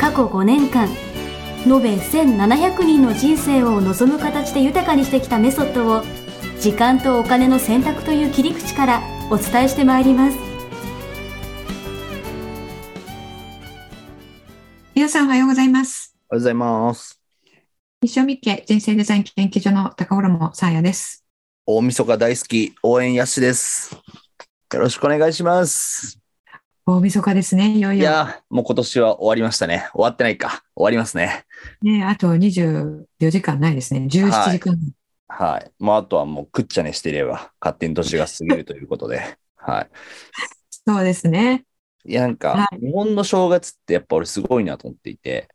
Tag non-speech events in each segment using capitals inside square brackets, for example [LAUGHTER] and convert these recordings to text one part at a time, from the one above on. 過去5年間延べ1700人の人生を望む形で豊かにしてきたメソッドを時間とお金の選択という切り口からお伝えしてまいります皆さんおはようございます。おはようございます。西尾美家人生デザイン研究所の高頃もさあやです。大晦日大好き、応援やっしです。よろしくお願いします。大晦日ですね。いよいいよ。やー、もう今年は終わりましたね。終わってないか。終わりますね。ね、あと24時間ないですね。17時間。はい。まあ、あとはもうくっちゃねしていれば、勝手に年が過ぎるということで。 [LAUGHS] はそうですね。い。いや、なんかは、日本の正月ってやっぱ俺すごいなと思っていて、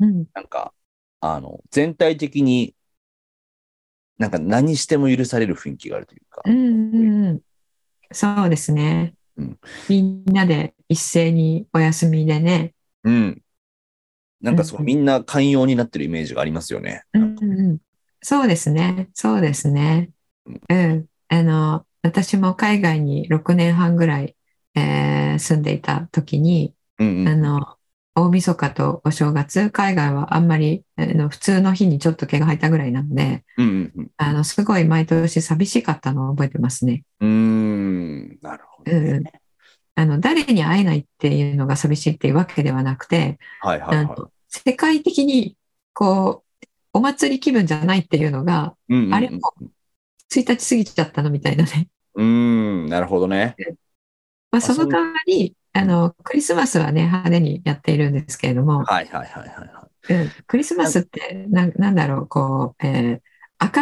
うん。なんか、あの、全体的に、なんか何しても許される雰囲気があるというかう、んうんうん。そうですね。うんみんなで一斉にお休みでね。うん。なんかそう、うんみんな寛容になってるイメージがありますよね。うなんんかうんうん。そうですね。そうですねうん。うん。あの、私も海外に6年半ぐらい、えー住んでいた時に、うんうんあの、大晦日とお正月、海外はあんまり、あの、普通の日にちょっと毛が生えたぐらいなので、うんうんうんあの、すごい毎年寂しかったのを覚えてますね。うーん、なるほど、うんうんね。あの、誰に会えないっていうのが寂しいっていうわけではなくて、はいはあいはいの、世界的に、こう、お祭り気分じゃないっていうのが、。うんうんうんあれも1日過ぎちゃったのみたいなね。うーん、なるほどね。まあ、そそうの代わり、あの、クリスマスはね、派手にやっているんですけれども、はいはいはいはいはうんクリスマスってな、なんだろう、こう、えー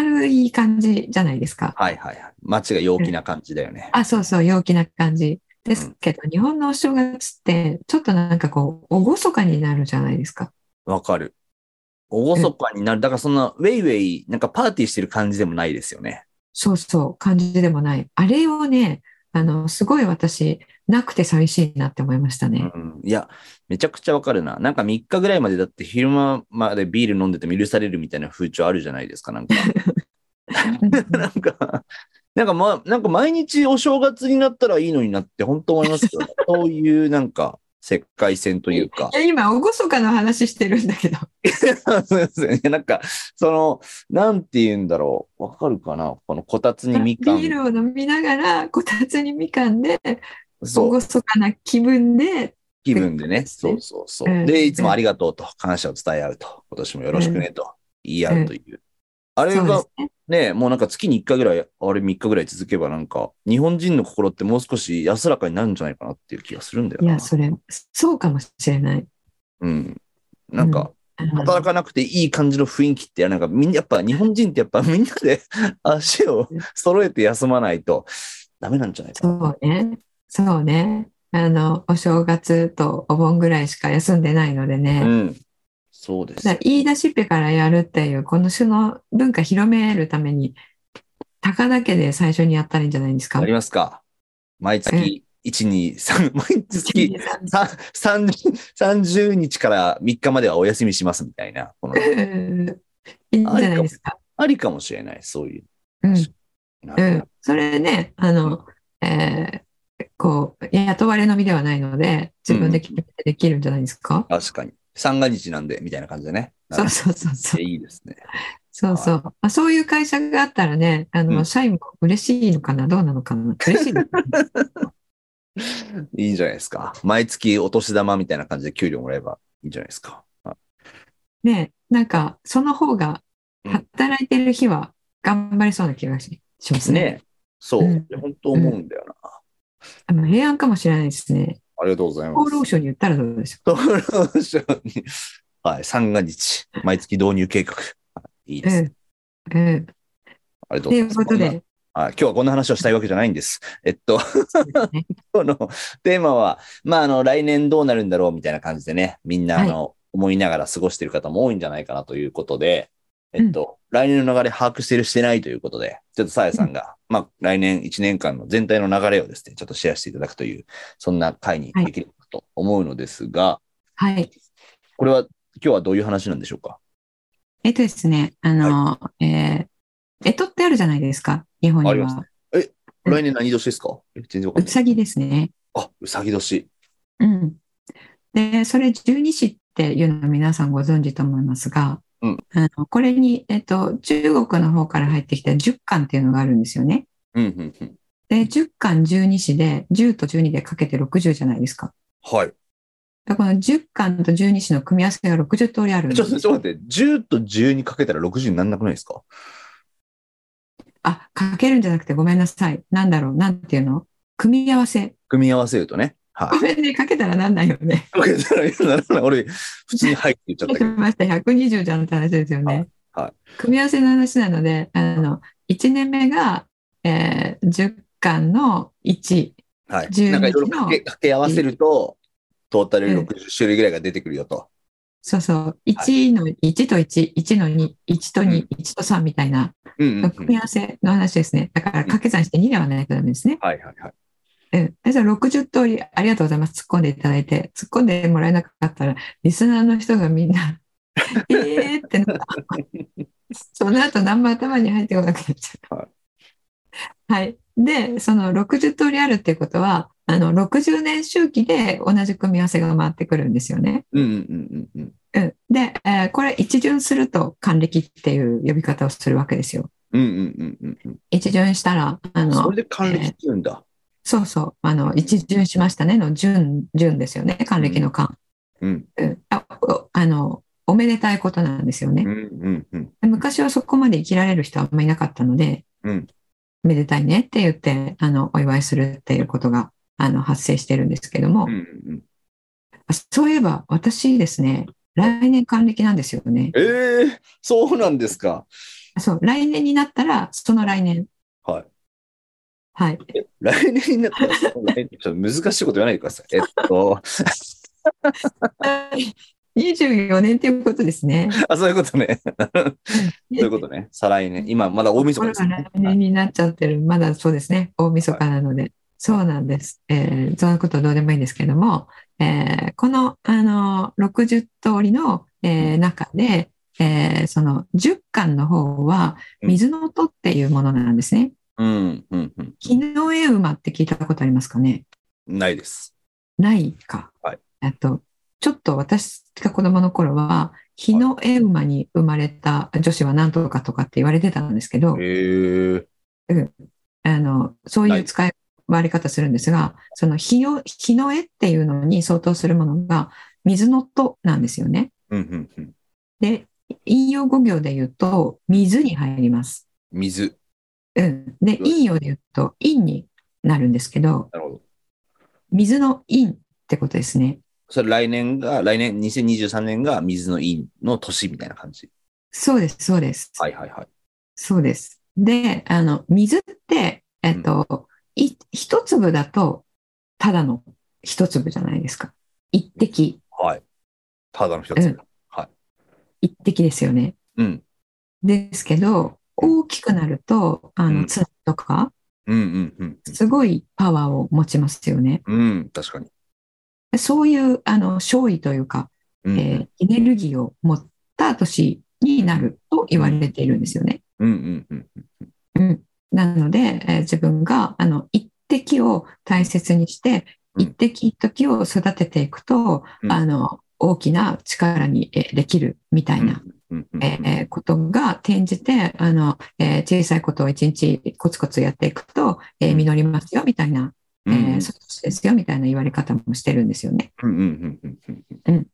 明るい感じじゃないですか。い。はいはいはい。街が陽気な感じだよね。あ、そうそう、陽気な感じ。ですけど、日本のお正月って、ちょっとなんかこう、厳かになるじゃないですか。わかる。おごそかになる。だからそんな、ウェイウェイ、なんかパーティーしてる感じでもないですよね。そうそう、感じでもない。あれをね、あの、すごい私、なくて寂しいなって思いました [LAUGHS] ね。うん、いや、めちゃくちゃわかるな。なんか3日ぐらいまでだって昼間までビール飲んでても許されるみたいな風潮あるじゃないですか、なんか。 [LAUGHS] なんか、なんかま、なんか毎日お正月になったらいいのになって本当思いま [LAUGHS] すけど、そういうなんか世界線というかい。や今、厳かな話してるんだけど。そうですよね。なんか、その、なんて言うんだろう。わかるかなこのこたつにみビかん。ールを飲みながら、こたつにみかんで、そう、厳かな気分で、気分でね。ですねそうそうそう。うんで、いつもありがとうと、感謝を伝え合うと、今年もよろしくねと、言い合うという。あれそうでがすね。ね、もうなんか月に1回ぐらい、あれ3日ぐらい続けばなんか、日本人の心ってもう少し安らかになるんじゃないかなっていう気がするんだよいなや、。それ、そうかもしれない。うん。なんか、あの働かなくていい感じの雰囲気って、なんかみんなやっぱ日本人ってやっぱみんなで [LAUGHS] 足を揃えて休まないとダメなんじゃないかな。そうね。そうね。あの、お正月とお盆ぐらいしか休んでないのでね。うん。そうですだから。言い出しっぺからやるっていう、この種の文化広めるために、高田家で最初にやったらいいんじゃないですか。ありますか毎月1、2、3、毎 [LAUGHS] 月さん30 30日から3日まではお休みしますみたいな。このうんいいんじゃないですか。ありかもしれない、そういう。うん。なうるほどん。それね、あの、えーこう、雇われのみではないので、自分で決めてできるんじゃないですか。確かに。三が日なんで、みたいな感じでね。そうそうそうそう。いいですね。そうそう。まあ、そういう会社があったらね、あの、うん社員も嬉しいのかな、どうなのかな、嬉しいの [LAUGHS] かな。いいんじゃないですか。毎月お年玉みたいな感じで給料もらえばいいんじゃないですか。ね、なんか、その方が、うん働いてる日は頑張れそうな気がししますね。ねそう、うん本当思うんだよな。あの平安かもしれないですね。ありがとうございま厚す労。省に言ったらどうでしょ。厚労省に。はい、 [LAUGHS] 三が日、毎月導入計画。はいいいうです、うん。うん。ありがととうございいうます。ことんで、なはい、今日はこんな話をしたいわけじゃないんです。えっと、ね [LAUGHS] 今日のテーマは、まあ、あの、来年どうなるんだろうみたいな感じでね、みんな、あの、思いながら過ごしてる方も多いんじゃないかなということで、えっと、来年の流れ把握してるしてないということで、ちょっとさやさんが、まあ、来年1年間の全体の流れをですね、ちょっとシェアしていただくという、そんな回にできればと思うのですが、はい。これは今日はどういう話なんでしょうかえっとですね、あの、えー、えとってあるじゃないですか、日本にありますは。うん来年何年ですかえ全然わかんうない。さぎですね。あ、うさぎ年。うん。で、それ十二支っていうのは皆さんご存知と思いますが、うんあのこれに、えっと、中国の方から入ってきた十巻っていうのがあるんですよね。うん、うん、うん。で、十巻十二支で、十と十二でかけて六十じゃないですか。はい。だからこの十巻と十二支の組み合わせが六十通りあるんちでょっと、ちょっと待って、10と12かけたら60になんなくないですかあ、かけるんじゃなくてごめんなさい。なんだろう、なんていうの組み合わせ。組み合わせるとね。はごい。めんね、かけたらなんないよね。かけたらいいなら [LAUGHS] 俺、普通に入って言っちゃっかたけけてど。ました。120じゃんって話ですよね。はいは組み合わせの話なので、あの、1年目が、えー10巻の1。 [LAUGHS] はい。 12なんかいろいろ掛け掛け合わせると、トータルうん60種類ぐらいが出てくるよと。そうそう。1の1と1、1の2、1と2、1と3みたいな、うんうん、うん。組み合わせの話ですね。だから掛け算して2ではないとダメですね。はいはいはい。うん。でじゃあ60通り、ありがとうございます。突っ込んでいただいて、突っ込んでもらえなかったら、リスナーの人がみんな、 [LAUGHS] えーってなった。 [LAUGHS] その後何も頭に入ってこなくなっちゃ。はいうはい。で、その60通りあるっていうことは、あの、60年周期で同じ組み合わせが回ってくるんですよね。うんうんうんうんうん。うん。で、えーこれ一巡すると還暦っていう呼び方をするわけですよ。うんうんうんうん一巡したら、あうん。のそれ、で還暦って言うんだ。そうそう。あの、一巡しましたねの巡、巡ですよね。還暦の還。うん。うんあおあの、おめでたいことなんですよねうん。うんうん。昔はそこまで生きられる人はあんまりいなかったので、うんめでたいねって言って、あの、お祝いするっていうことが、あの、発生してるんですけども、うんうんあそういえば私ですね、来年還暦なんですよね。ええー、そうなんですか。そう、来年になったら、その来年。はい。はい。 [LAUGHS] 来年になったら、ちょっと難しいこと言わないでく [LAUGHS] ださい。えっと、 24年っていうことですね。あ、 [LAUGHS] そういうことね。そういうことね。再来年。今、まだ大晦とこ日ろです、がね来。年になっちゃってる、まだそうですね、大晦日なので、そうなんです。えー、そのことはどうでもいいんですけども、えーこの、あのー、60通りの、えー中で、えーその10巻の方は、うん水の音っていうものなんですね。うん、うん、うん。木の絵馬って聞いたことありますかねないです。ないか。はいあと、ちょっと私が子供の頃は、日の絵馬に生まれた女子は何とかとかって言われてたんですけど、へえ。あの、そうはいいう使い割り方するんですが、その日の、日の絵っていうのに相当するものが、水のとなんですよね。うん、うん、うん。で、引用語行で言うと、水に入ります。水。うん。で、うん引用で言うと、陰になるんですけど、なるほど。水の陰ってことですね。それ来年が、来年、2023年が水の陰の年みたいな感じ。そうです、そうです。はいはいはい。そうです。で、あの、水って、えっと、い一粒だと、ただの一粒じゃないですか。一滴、はい。ただの一つ。うん一滴ですよね。うん。ですけど、大きくなると、あうんの、津波とか、うん、うん、うん。すごいパワーを持ちますよね。うん、確かに。そういう、あの、勝利というか、うえん、ーエネルギーを持った年になると言われているんですよね。うん、うん、うん。うん。なので、えー自分が、あの、一滴を大切にして、うん一滴一滴を育てていくと、うんあの、大きな力に、えーできるみたいなうんうんうんえーことが転じて、あの、えー小さいことを一日コツコツやっていくと、えー実りますよ、みたいな、えうんうんーそうですよ、みたいな言われ方もしてるんですよね。うんうんうんうん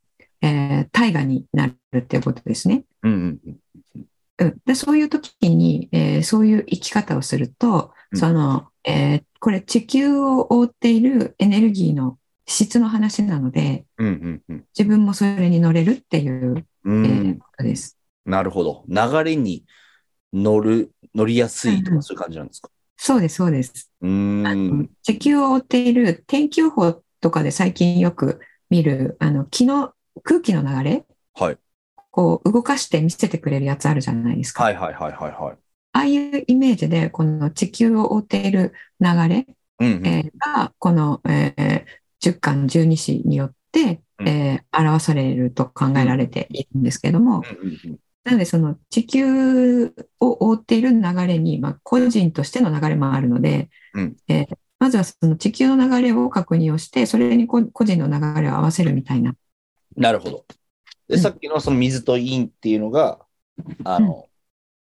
えー大河になるっていうことですね。うんうんうんうん、でそういう時に、えーそういう生き方をすると、うんその、えーこれ地球を覆っているエネルギーの質の話なので、うんうん自分もそれに乗れるっていう、えうんうーんことです。なるほど。流れに乗る、乗りやすいとうんうかんそういう感じなんですか。そうです、そうです。うーん。地球を覆っている天気予報とかで最近よく見るあの気の空気の流れ、はい。こう動かして見せてくれるやつあるじゃないですか。はいはいはいはいはああいうイメージで、この地球を覆っている流れ、い。うん、うん。えーが、この、えー10巻12子によって、うんえー表されると考えられているんですけども、うんうんうんなのでその地球を覆っている流れに、まあ、個人としての流れもあるので、うんえーまずはその地球の流れを確認をして、それにこ個人の流れを合わせるみたいな。なるほど。うで、んさっきのその水と陰っていうのが、あの、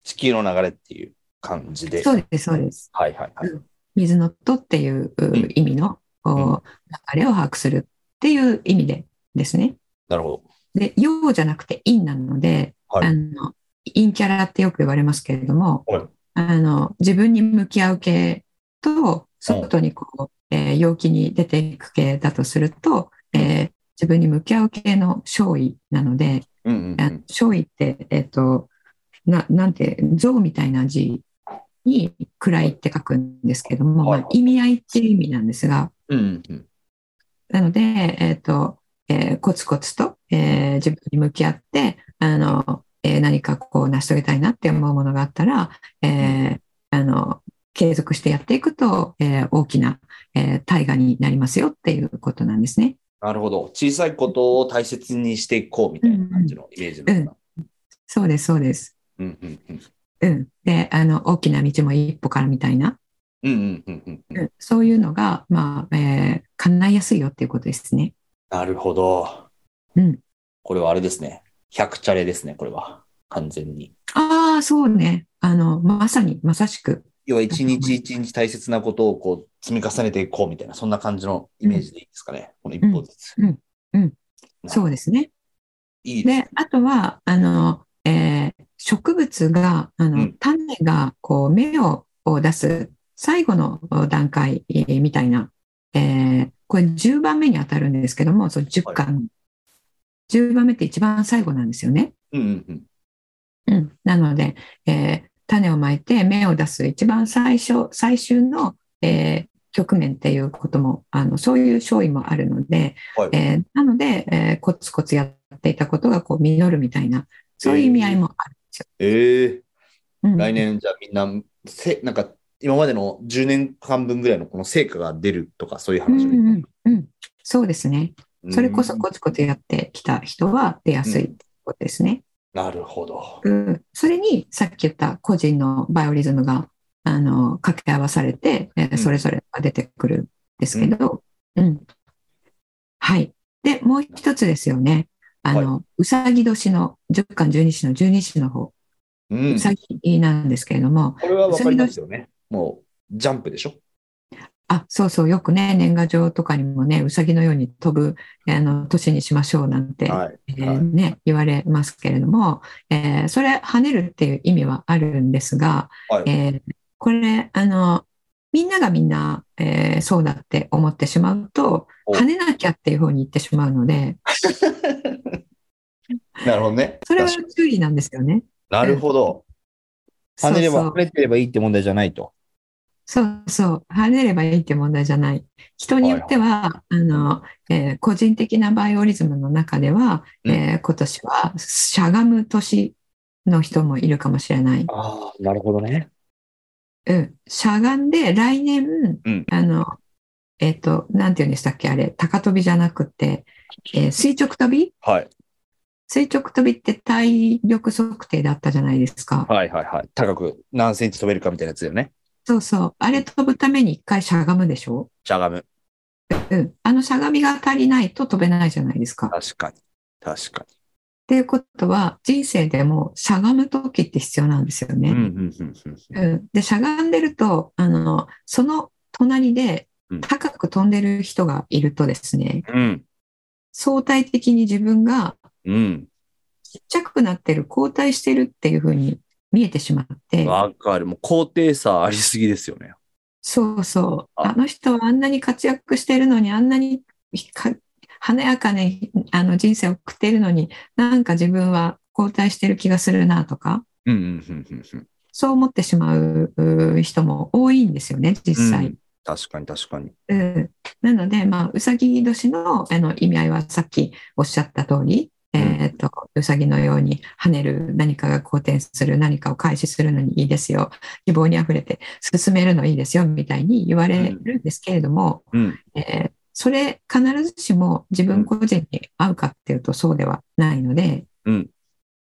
地球の流れっていう感じで。そうです、そうです。はいはいはい。水のとっていううん意味の、こうう流れを把握するっていう意味でですね。なるほど。で、陽じゃなくて陰なので、はいあの陰キャラってよく言われますけれども、はいあの自分に向き合う系と外にこう、えー陽気に出ていく系だとすると、えー自分に向き合う系の勝意なので、うんうんうあのん。勝意って、えっとななんて象みたいな字に位って書くんですけども、はいまあ意味合いっていう意味なんですが、うんうんなので、えっとえーコツコツと、えー自分に向き合ってあの、えー何かこう成し遂げたいなって思うものがあったら、えーあの継続してやっていくと、えー大きな、えー大河になりますよっていうことなんですね。なるほど。小さいことを大切にしていこうみたいな感じのイメージなんだ。そうですそうです。うんうんうん。うん、であの大きな道も一歩からみたいな、うんうんうんうんうん。うんそういうのが、まあえー叶いやすいよっていうことですね。なるほど。うん、これはあれですね。100チャレですね、これは。完全に。ああそうねあのまさにまさしく要は一日一日大切なことをこう積み重ねていこうみたいな、そんな感じのイメージでいいですかね。この一歩ずつ。うんうんなそうですね。いいですね。で、あとは、あの、えー植物が、あの、うん種が、こう、芽をを出す最後の段階えーみたいな、えーこれ10番目に当たるんですけども、その10巻、10番目って一番最後なんですよね。うんうんうん。うん。なので、えー種をまいて芽を出す一番最初、最終の、えー局面っていうことも、あの、そういう勝意もあるので、はい。えーなので、えーコツコツやっていたことがこう実るみたいな、そういう意味合いもある。ええうん来年じゃあみんな、せ、なんか今までの10年間分ぐらいのこの成果が出るとかそういううん話うんうんうんそうですね。うんそれこそコツコツやってきた人は出やすいってことですね。なるほど。うん、それにさっき言った個人のバイオリズムがあの掛け合わされて、えーうんそれぞれが出てくるんですけど、うんはい。で、もう一つですよね。あの、うさぎ年の10巻12子の12子の方、うんう。さぎなんですけれども、これはわかりますよね。もう、ジャンプでしょあ、そうそう、よくね、年賀状とかにもね、うさぎのように飛ぶ、あの、年にしましょうなんて、はい。えーはいね、言われますけれども、えーそれ、跳ねるっていう意味はあるんですが、はいえーこれ、あの、みんながみんな、えーそうだって思ってしまうとお、跳ねなきゃっていう方に行ってしまうので、なるほどね。それは確かに注意なんですよね。なるほど。跳ねれば、そうそう跳ねてればいいって問題じゃないと。そうそう、跳ねればいいって問題じゃない。人によっては、あの、えー個人的なバイオリズムの中では、うんえー今年はしゃがむ年の人もいるかもしれない。ああ、なるほどね。うん、しゃがんで来年、うんあの、えっ、と、なんて言うんでしたっけ、あれ、高跳びじゃなくて、えー垂直跳びはい。垂直跳びって体力測定だったじゃないですか。はいはいはい。高く何センチ飛べるかみたいなやつだよね。そうそう。あれ飛ぶために一回しゃがむでしょしゃがむ。うん。あのしゃがみが足りないと飛べないじゃないですか。確かに。確かっていうことは人生でもしゃがむ時って必要なんですよに。ね。うんうんうんうん。うんでしゃがんでるとあのその隣でうん高く飛んでる人がいるとですねうん。相対的に自分がうん。ちっちゃくなってる後退してるっていう風に見えてしまってわかる。もう高低差ありすぎですよね。そうそうああの人はあんなに活躍してるのにあんなにか華やかにあの人生を送っているのになんか自分は後退してる気がするなとか。うんうんうんうんうん。そう思ってしまううー人も多いんですよね、実際。確かに確かに。うん、なので、まあ、うさぎ年のあの意味合いはさっきおっしゃった通り、んえーっとうさぎのように跳ねる何かが好転する何かを開始するのにいいですよ希望にあふれて進めるのいいですよみたいに言われるんですけれども、うん。えーそれ必ずしも自分個人に合うかっていうとそうではないので、うん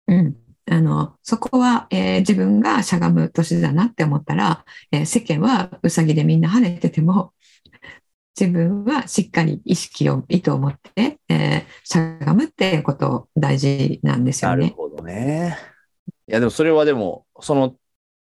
うんあのそこは、えー自分がしゃがむ年だなって思ったら、えー世間はうさぎでみんな跳ねてても自分はしっかり意識を意図を持って、えーしゃがむっていうこと大事なんですよなるね。ほどね。いや、でもそれはでも、その、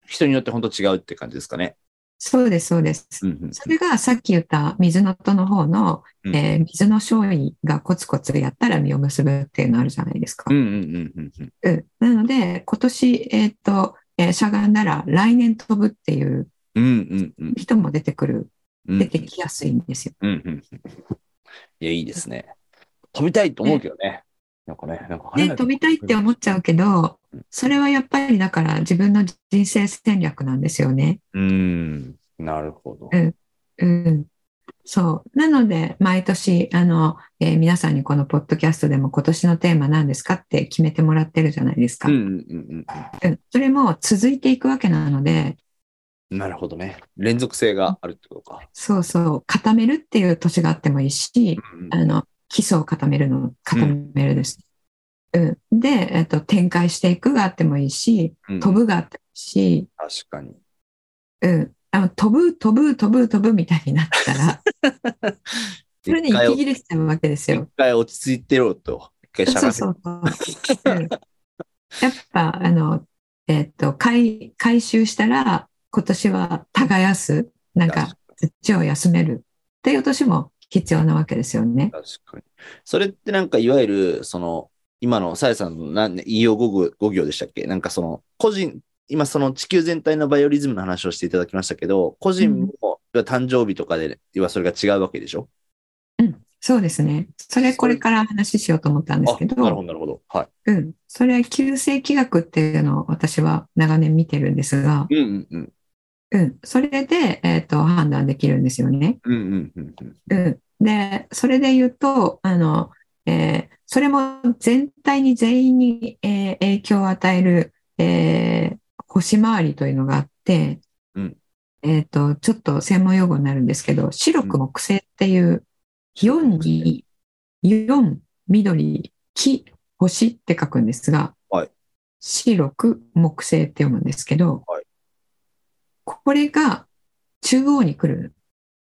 人によって本当違うって感じですかね。そうですそうです。うんうんうん。それがさっき言った水の音の方の、うんえー水の勝利がコツコツやったら実を結ぶっていうのあるじゃないですかう。んうんうんうんうん。うんなので、今年、えーっと、えーしゃがんだら来年飛ぶっていううんうんうん人も出てくる、うん。出てきやすいんですよ。うんうん [LAUGHS] うん。いや、いいですね。飛びたいと思うけどね。なんかね、なんかで、飛びたいって思っちゃうけど、それはやっぱりだから自分の人生戦略なんですよね。う。うん。なるほど。うん。そう。なので、毎年、あの、えー皆さんにこのポッドキャストでも今年のテーマ何ですかって決めてもらってるじゃないですか。うんうんうんうんそれも続いていくわけなので、うん。なるほどね。連続性があるってことか。そうそう、固めるっていう年があってもいいし、うんあの、基礎を固めるの、固めるです。うん。で、えっと、展開していくがあってもいいし、うん飛ぶがあってもいいし、確かに。うん。あの、飛ぶ、飛ぶ、飛ぶ、飛ぶみたいになった [LAUGHS] ら、それで一回息切れしちゃうわけですよ一。回落ち着いてろと。一回しゃそがうそうそう。うん、やっぱ、あの、えっと、回、回収したら、今年は耕す、なんか、土を休めるっていう年も必要なわけですよね。確かに。それってなんかいわゆる、その、今のさやさんの何、引用語語5行でしたっけなんかその、個人、今その地球全体のバイオリズムの話をしていただきましたけど、個人も、要は誕生日とかで、要はそれが違うわけでしょそうですね。それこれから話ししようと思ったんですあ、けなるほど、ど、なるほど。はうい。ん。それ、旧世紀学っていうのを私は長年見てるんですが、うんうんうん。うん。それで、えっ、と、判断できるんですよね。うんうんうんうん。うん。で、それで言うと、あの、えーそれも全体に全員に、えー影響を与える、えー星回りというのがあって、うんえっ、と、ちょっと専門用語になるんですけど、白く木星っていう、4に、4、緑、木、星って書くんですが、はい白く木星って読むんですけど、はいこれが中央に来る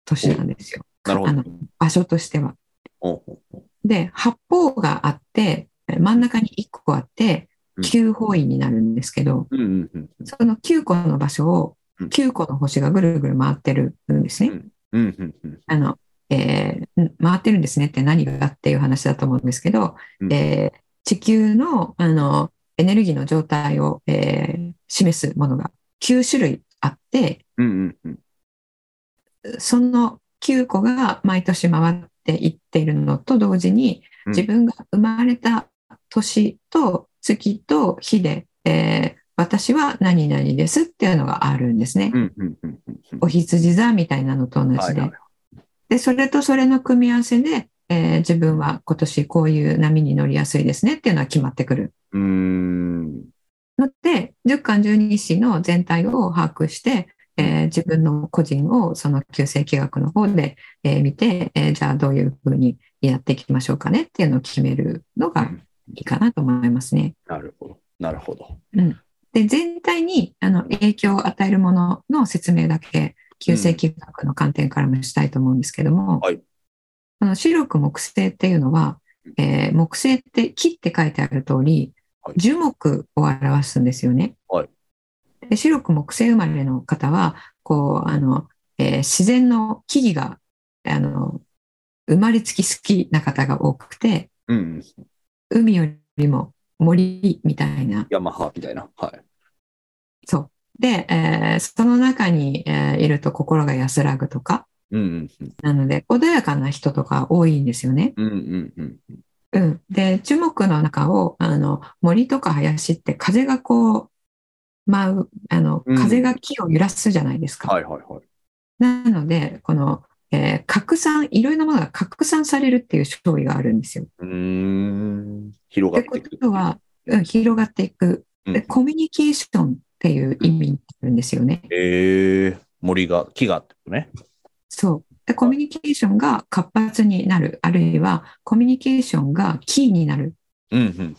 年なんですよ。なるほあどの。場所としては。おうおうおうで、八方があって、真ん中に1個あってう、ん九方位になるんですけど、うんうんうんその9個の場所をうん9個の星がぐるぐる回ってるんですね。うんうんうんあの、えーん回ってるんですねって何がっていう話だと思うんですけど、うんえー地球の、あの、エネルギーの状態を、えー示すものが9種類あって、うんうんうんその9個が毎年回っていっているのと同時に、うん自分が生まれた年と月と日で、えー私は何々ですっていうのがあるんですね。うんうんうんうんうんお羊座みたいなのと同はじいではい。で、それとそれの組み合わせで、えー自分は今年こういう波に乗りやすいですねっていうのは決まってくる。うーんので、10巻12子の全体を把握して、えー自分の個人をその旧世紀学の方で、えー見て、えーじゃあどういうふうにやっていきましょうかねっていうのを決めるのがいいかなと思いますね。なるほど。なるほど。で、全体にあの影響を与えるものの説明だけ、旧世紀学の観点からもしたいと思うんですけども、はいこの白く木星っていうのは、えー木星って木って書いてある通りはい、樹木を表すんですよね。はいで白く木星生まれの方は、こう、あの、えー自然の木々が、あの、生まれつき好きな方が多くて、うんうん。海よりも森みたいなヤマハみたいな。はい。そう。で、えーその中に、えーいると心が安らぐとか、うんうんなので、穏やかな人とか多いんですよね。うん。うんうんうん。うん。で、樹木の中を、あの、森とか林って風がこう、舞う、あの、うん風が木を揺らすじゃないですか。はいはいはい。なので、この、えー拡散、いろいろなものが拡散されるっていう勝利があるんですよ。うーん。広といがっうこていく。とは、うん広がっていく、うんでコミュニケーションっていう意味になるんですよね。えー、森が、木がってことね。そうでコミュニケーションが活発になるあるいはコミュニケーションがキーになるうん、うん、うん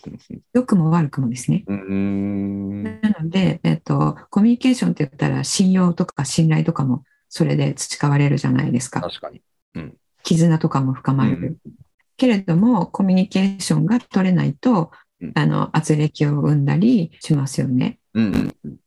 良くも悪くもですね。うん。うーん。なので、えっと、コミュニケーションって言ったら信用とか信頼とかもそれで培われるじゃないですか確かに。絆とかも深まる、うんけれどもコミュニケーションが取れないとうんあの圧力を生んだりしますよね。うん、うん。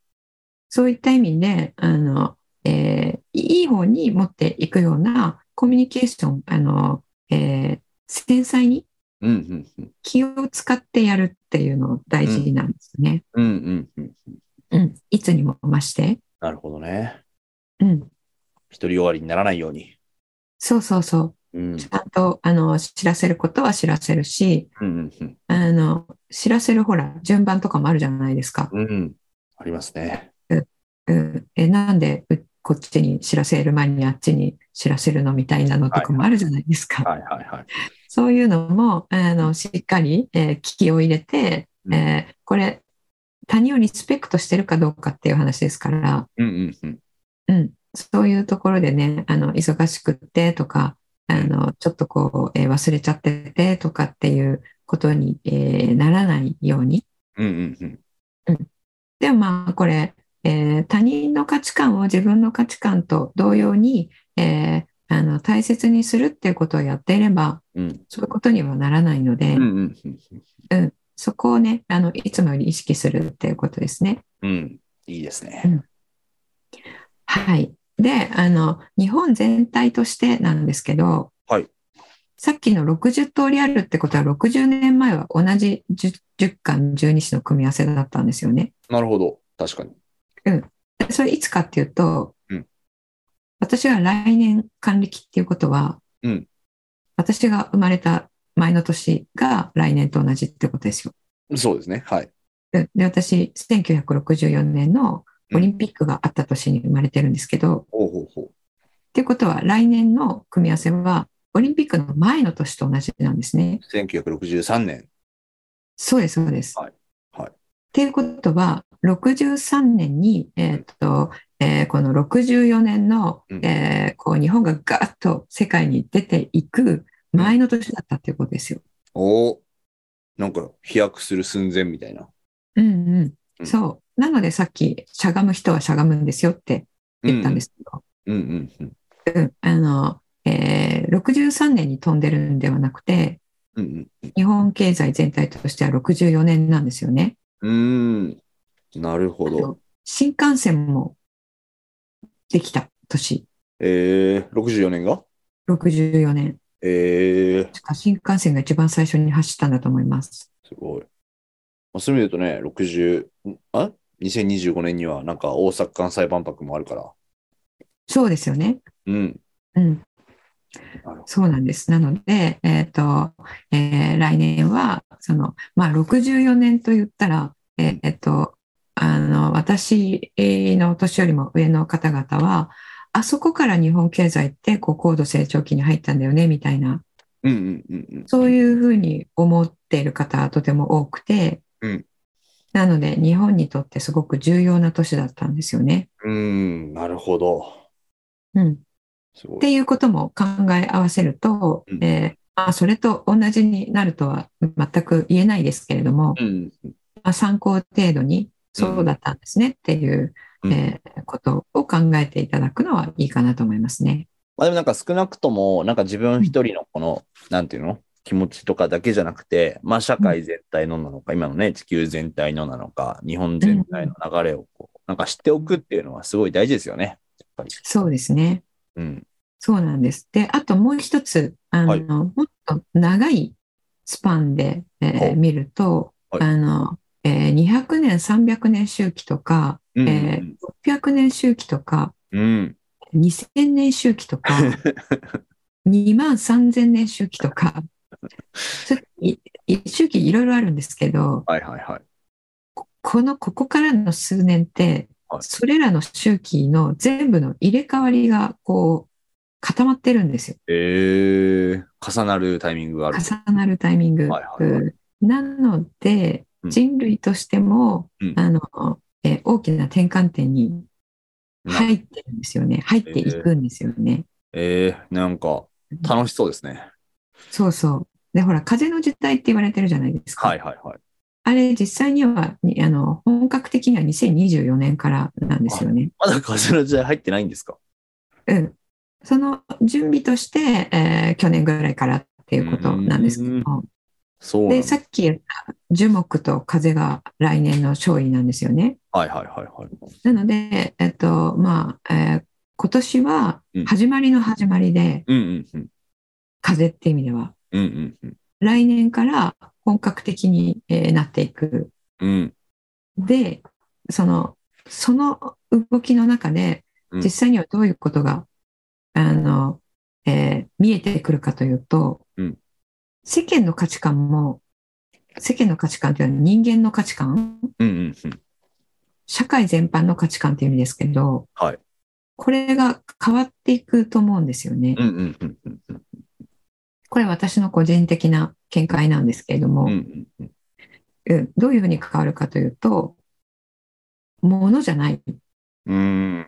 そういった意味で、あの、えーいい方に持っていくようなコミュニケーション、あの、えー繊細にうん、うん、うん。気を使ってやるっていうの大事なんですね。うん、うん、うん。うん。いつにも増して。なるほどね。うん。独りよがりにならないように。そうそうそうう。ん。ちゃんと、あの、知らせることは知らせるし、うん、うん、あの、知らせるほら、順番とかもあるじゃないですか。うん。うん。ありますね。うん。え、なんで、うこっちに知らせる前にあっちに知らせるのみたいなのとかもあるじゃないですか。はい、はい、はい。そういうのもあのしっかり、えー機器を入れて、うんえーこれ他人をリスペクトしてるかどうかっていう話ですから、うん、うん、うん。うん、そういうところでねあの忙しくってとかあのちょっとこう、えー忘れちゃっててとかっていうことに、えーならないようにうん、うん、うん。でもまあこれ、えー他人の価値観を自分の価値観と同様に、えーあの大切にするっていうことをやっていればうん、そういうことにはならないので。うん、うん、うんそこをね、あの、いつもより意識するっていうことですね。うん。うん。いいですね。はい。で、あの、日本全体としてなんですけど、はいさっきの60通りあるってことは、60年前は同じ 10, 10巻12種の組み合わせだったんですよね。なるほど。確かに。でそれいつかっていうと、うん私が来年還暦っていうことは、うん私が生まれた前の年が来年と同じってことですよ。そうですね。はい。うんで、私、1964年のオリンピックがあった年に生まれてるんですけど、っほうほうほう。ていうことは来年の組み合わせはオリンピックの前の年と同じなんですね。 1963年。そうです、そうです。はいはいっていうことは、63年に、えーっと、えーこの64年の、うんえーこう日本がガーッと世界に出ていく前の年だったっていうことですよ。おお。なんか飛躍する寸前みたいな。うんうん。うん。そう。なのでさっき、しゃがむ人はしゃがむんですよって言ったんですすけど、うんうんうん。うんあの、えー63年に飛んでるんではなくて、うん日本経済全体としては64年なんですよね。うん。うーん。なるほあど。の新幹線もできた年、えー、64年が64年。えー、確か新幹線が一番最初に走ったんだと思います。すごい。まあ、そういう意味で言うとね、60、んあ ?2025 年にはなんか大阪・関西万博もあるから。そうですよね。うん。うんなるほど。そうなんです。なので、えっ、と、えー来年は、その、まあ、64年と言ったら、えっ、えーと、あの、私の年よりも上の方々は、あそこから日本経済って、こう、高度成長期に入ったんだよね、みたいな、うんうんうんうん。そういうふうに思っている方はとても多くて、うんなので、日本にとってすごく重要な年だったんですよね。うーん、なるほど。うん。すごっい。ていうことも考え合わせると、うんえーまあ、それと同じになるとは全く言えないですけれども、うん。まあ、参考程度にそうだったんですねっていう、うんえーことを考えていただくのはいいかなと思いますね。まあでもなんか少なくとも、なんか自分一人のこの、なんていうの気持ちとかだけじゃなくて、まあ社会全体のなのか、今のね、地球全体のなのか、日本全体の流れをこう、なんか知っておくっていうのはすごい大事ですよね。やっぱり。そうですね。うん。そうなんです。で、あともう一つ、あの、はいもっと長いスパンで、えーはい見ると、はいあの、えー200年、300年周期とか、うんえー600年周期とか、うん。 2000年周期と [LAUGHS] か、2万3000年周期とか、それいい周期いろいろあるんですけど、はいはいはい。ここのここからの数年って、はいそれらの周期の全部の入れ替わりがこう固まってるんですよ。えー、重なるタイミングがある。重なるタイミング。はいはいはなのでうん人類としても、うんあのえー大きな転換点に入ってるんですよね。入っていくんですよね。えー、なんか、楽しそうですね。そうそう。でほら風の時代って言われてるじゃないですか。はいはいはい。あれ実際にはにあの本格的には2024年からなんですよね。まだ風の時代入ってないんですかうん、その準備として、えー去年ぐらいからっていうことなんですけどもそうなんでださっき言った樹木と風が来年の勝利なんですよね。はいはいはいはい。なので、えっとまあえー今年はうん始まりの始まりで、うんうんうん。風って意味ではうんうんうん。来年から本格的に、えーなっていく。うんでそのその動きの中でうん実際にはどういうことが、あのえー見えてくるかというと、うん世間の価値観も世間の価値観というのは人間の価値観うんうんうん。社会全般の価値観という意味ですけど、はいこれが変わっていくと思うんですよね。うんうんうんうんうんこれ私の個人的な見解なんですけれども、うんうんうん。うんどういうふうに変わるかというとものじゃないうん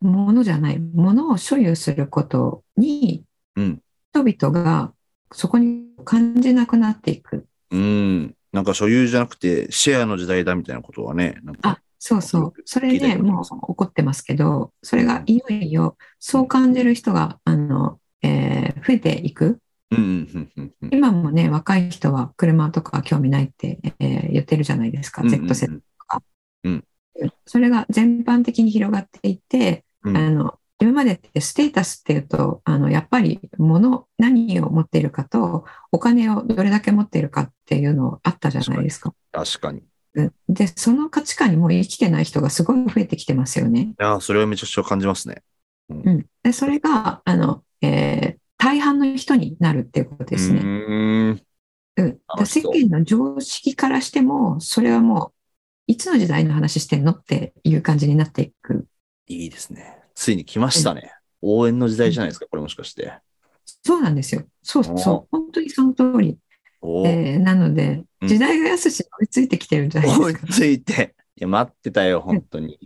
ものじゃないものを所有することにうん人々がそこに感じなくなっていくうん。なんか所有じゃなくてシェアの時代だみたいなことはね。なんかあそうそようくそれ聞いでたことありもまうす怒ってますけどそれがいよいよそう感じる人があの、えー増えていくうんうんうんうんうん。今もね若い人は車とか興味ないって、えー言ってるじゃないですか Z 世代それが全般的に広がっていて、うんあの今までってステータスっていうとあのやっぱり物何を持っているかとお金をどれだけ持っているかっていうのあったじゃないですか。確かに。うんでその価値観にもう生きてない人がすごい増えてきてますよね。ああ、それはめちゃくちゃ感じますね。うん、でそれがあの、えー大半の人になるっていうことですうね。ーん。うんだから世間の常識からしてもそれはもういつの時代の話してんのっていう感じになっていくいいですね。ついに来ましたね。応援の時代じゃないですか、これもしかして。そうなんですよ。そうそう。本当にその通り。おお、えーなので、うん時代が安しに追いついてきてるんじゃ [LAUGHS] ない追でいすか。ついて。いや、待ってたよ、本当に。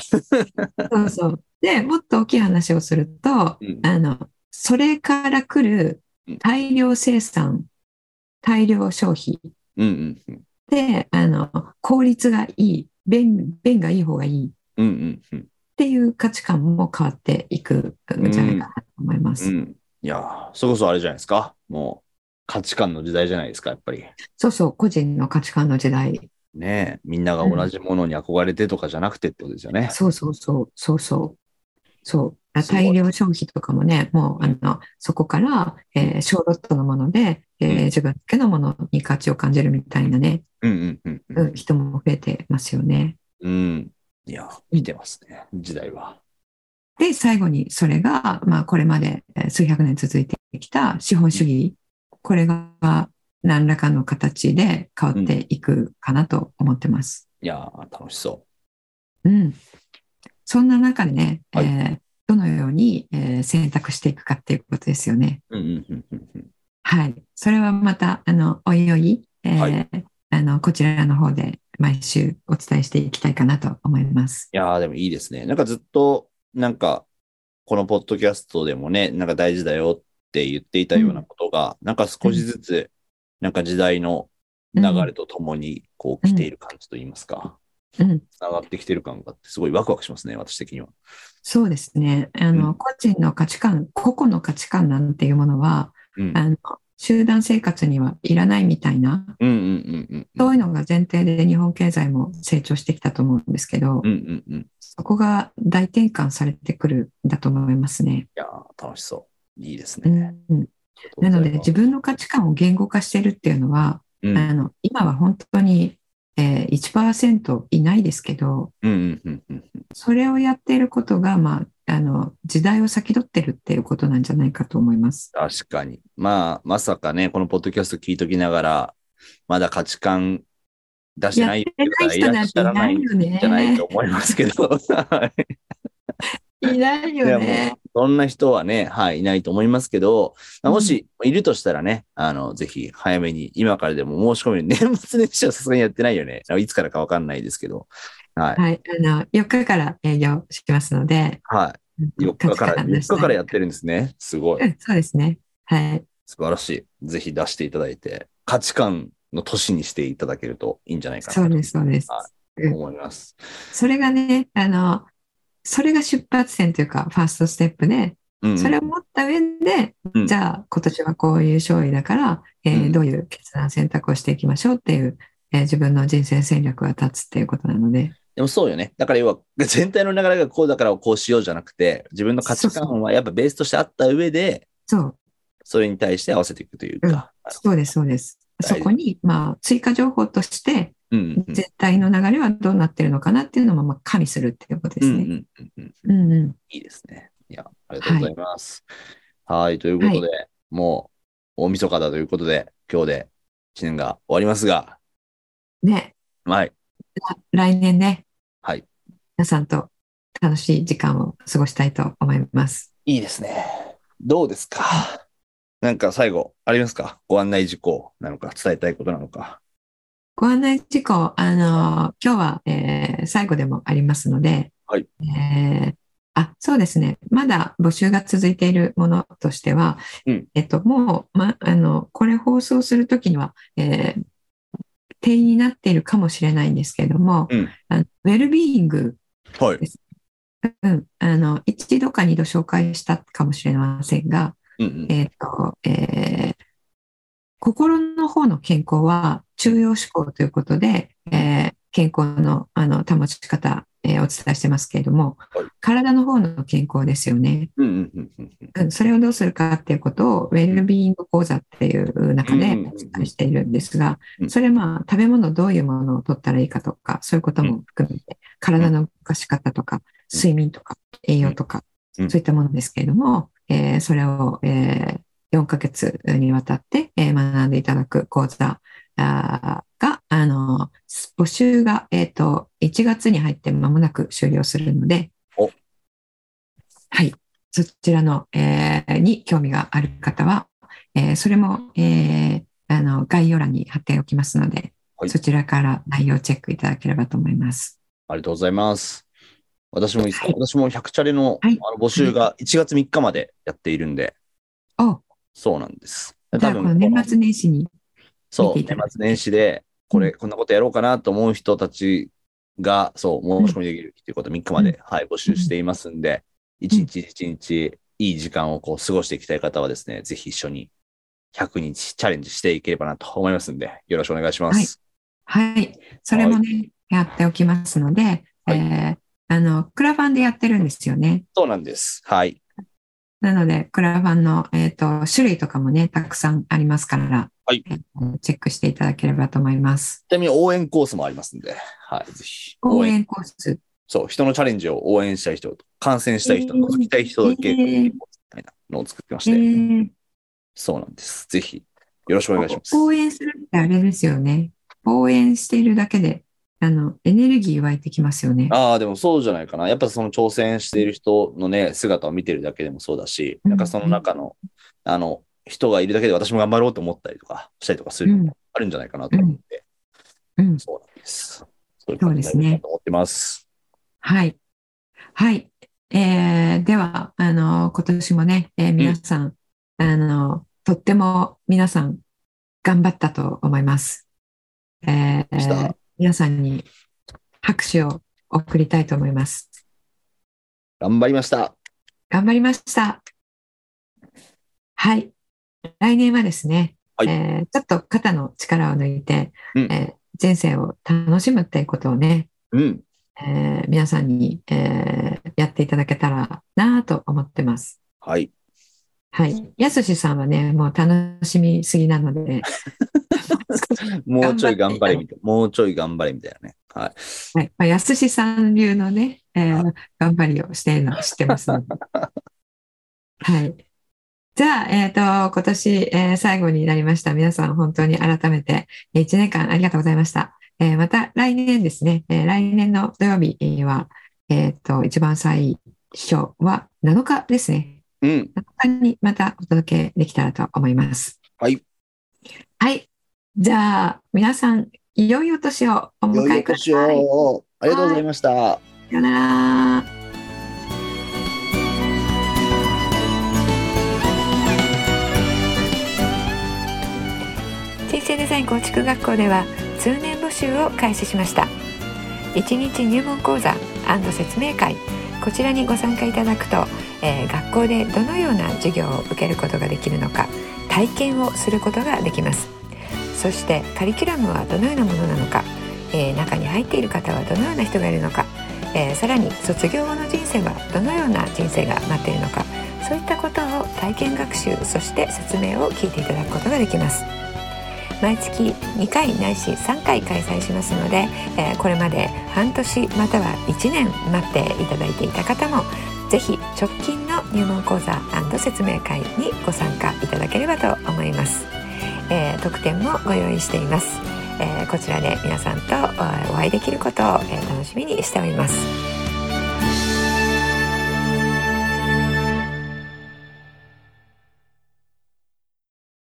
そうそう。で、もっと大きい話をすると、あうんの、それから来る大量生産、大量消費うんうんで、あの、効率がいい、便、便がいい方がいいっうん。うんうんうん。ていう価値観も変わっていくんじゃないかなと思いまうす。ん。いやー、それこそあれじゃないですか。もう、価値観の時代じゃないですか、やっぱり。そうそう、個人の価値観の時代。ねえ、みんなが同じものに憧れてとかじゃなくてってことですよね。そうそうそう、そうそう。そうすごい大量消費とかもね、もうあのそこから、えー小ロットのもので、えーうん自分だけのものに価値を感じるみたいなね、うんうんうんううんん、人も増えてますよね。。うん。いや、見てますね、時代は。で、最後にそれが、まあ、これまでえー数百年続いてきた資本主義、これが何らかの形で変わっていくかなと思ってます。いやー、楽しそうん。そんな中でね、はいえーどのように、えー選択していくかっていうことですよね。う。うんうんうんうんうん。はい、それはまたあのおいおい、えーはあのこちらの方で毎週お伝えしていきたいかなと思います。いやー、でもいいですね。なんかずっと、なんか、このポッドキャストでもね、なんか大事だよって言っていたようなことが、なんか少しずつ、なんか時代の流れとともに、こう、来ている感じといいますか、うん、うんつながってきてる感があって、すごいワクワクしますね、私的には。そうですね。あの、うん個人の価値観、個々の価値観なんていうものは、うん。あの集団生活にはいらないみたいな、うんうんうんうん。そういうのが前提で日本経済も成長してきたと思うんですけど、うんうんうん。いそこが大転換されてくるんだと思いますね。やー、楽しそう。いいですうね。ん、なので自分の価値観を言語化してるっていうのは、分あの今は本当に、えー、1%いないですけどうんうんうんうんうん。それをやっていることが、まあ、あの時代を先取ってるっていうことなんじゃないかと思います。確かに。まあ、まさかね、このポッドキャスト聞いときながら、まだ価値観出してない方いらっしゃらないんじゃないと思いますけど、はいいないよやね。そんな人はね、はい、いないと思いますけど、まあもしいるとしたらね、あの、ぜひ早めに、今からでも申し込み、年末年始はさすがにやってないよね。いつからかわかんないですけど、はい。はい、あの4日から営業しますので、はうい。ん4日か価値ら、観4で日すねからやってるんですね。すごい。うんそうですね。はい、素晴らしい。ぜひ出していただいて、価値観の年にしていただけるといいんじゃないかそうなです、そうです。はうとん思います。それがね、あの、それが出発点というか、ファーストステップで、うん。それを持った上で、うんじゃあ今年はこういう勝利だから、えーうんどういう決断選択をしていきましょうっていう、えー自分の人生戦略が立つっていうことなので、でもそうよね。だから要は、全体の流れがこうだからこうしようじゃなくて、自分の価値観はやっぱベースとしてあった上で、そう、それに対して合わせていくというか。そうです、そうです。大そ事こに、まあ、追加情報として、うんうんうん。絶対の流れはどうなってるのかなっていうのも、まあ、加味するっていうことでうんすね。うんうんうん。うんうん。いいですね。いや、ありがとうございます。はい、ということで、もう大晦日だということで、今日で1年が終わりますが、ね、はい。来年ね、はい。皆さんと楽しい時間を過ごしたいと思います。いいですね。どうですかなんか最後、ありますかご案内事項なのか、伝えたいことなのか。ご案内事項、あの、今日は、えー最後でもありますので、はいえーあ、そうですね。まだ募集が続いているものとしては、うんえっと、もう、ま、あの、これ放送するときには、えー定員になっているかもしれないんですけれども、うんあのウェルビーイング、はい。うん、あの、一度か二度紹介したかもしれませんが、うんうん。えっ、と、えー心の方の健康は中央思考ということで、えー健康のあの保ち方、えーお伝えしてますけれども、はい体の方の健康ですよね、うんうんうんうんうん。うん。それをどうするかっていうことを、ウェルビーイング講座っていう中でうんお伝えしているんですがう、んそれまあ、食べ物どういうものを取ったらいいかとか、そういうことも含めて、体の動かし方とか、睡眠とか、栄養とか、うんそういったものですけれども、えーそれを、えー4ヶ月にわたって、えー学んでいただく講座あーが、あのー募集が、えっ、と、1月に入って間もなく終了するのでお、はい、そちらの、えーに興味がある方は、えーそれも、えーあの、概要欄に貼っておきますので、はいそちらから内容をチェックいただければと思います。ありがとうございます。私もいいですか、はい私も100チャレの,、はいあの募集が1月3日までやっているんで、お、そうなんです。じゃあ、この年末年始に、そう、見ていた年だいて末年始で、これ、うこんなことやろうかなと思う人たちが、そう、申し込みできるっていうこと、3日まで、はい、募集していますんで、一日一日、いい時間をこう過ごしていきたい方はですね、ぜひ一緒に100日チャレンジしていければなと思いますんで、よろしくお願いします。はい、それもね、やっておきますので、はいえーあの、クラファンでやってるんですよね。そうなんです。はい。なので、クラファンの、えっ、と、種類とかもね、たくさんありますから、はいえーチェックしていただければと思います。ちなみに応援コースもありますんで、はい、ぜひ。応援コース。そう、人のチャレンジを応援したい人、感染したい人、覗きたい人だけ、えーみたいなのを作ってましえて、ーそうなんです。ぜひ、よろしくお願いします。応援するってあれですよね。応援しているだけで、あの、エネルギー湧いてきますよね。ああ、でもそうじゃないかな。やっぱその挑戦している人のね、姿を見てるだけでもそうだし、うんなんかその中の、あの、人がいるだけで私も頑張ろうと思ったりとかしたりとかするのもあるんじゃないかなと思って、うん。そうなんです。そういう感じにそなうでするねかと思ってます。はい。はい。えーでは、あの、今年もね、えー皆さん、あの、とっても皆さん、頑張ったと思います。えーした皆さんに拍手を送りたいと思います。頑張りました。頑張りました。はい。来年はですね、はいえーちょっと肩の力を抜いて、うんえー人生を楽しむっていうことをね、うん。えー皆さんに、えーやっていただけたらなぁと思ってます。はい。はい。やすしさんはね、もう楽しみすぎなので、もうちょい頑張って頑張れみたいな。もうちょい頑張れみたいなね。はい。はいまあ、やすしさん流のね、えー頑張りをしているのは知ってますので。はい。じゃあ、えっ、と、今年、えー最後になりました。皆さん、本当に改めて、1年間ありがとうございました。えーまた来年ですね、えー来年の土曜日は、えーっと、一番最初は7日ですね。うん。 7日にまたお届けできたらと思います。はい。はい。じゃあ、皆さん、良いお年をお良迎いえおくだ年さい。を。ありがとうございました。さよなら。人生デザイン構築学校では通年募集を開始しました一日入門講座説明会こちらにご参加いただくと、えー学校でどのような授業を受けることができるのか体験をすることができますそしてカリキュラムはどのようなものなのか、えー中に入っている方はどのような人がいるのか、えーさらに卒業後の人生はどのような人生が待っているのかそういったことを体験学習そして説明を聞いていただくことができます毎月2回ないし3回開催しますので、えーこれまで半年または1年待っていただいていた方もぜひ直近の入門講座説明会にご参加いただければと思います、えー特典もご用意しています、えーこちらで皆さんとえーお会いできることをえー楽しみにしております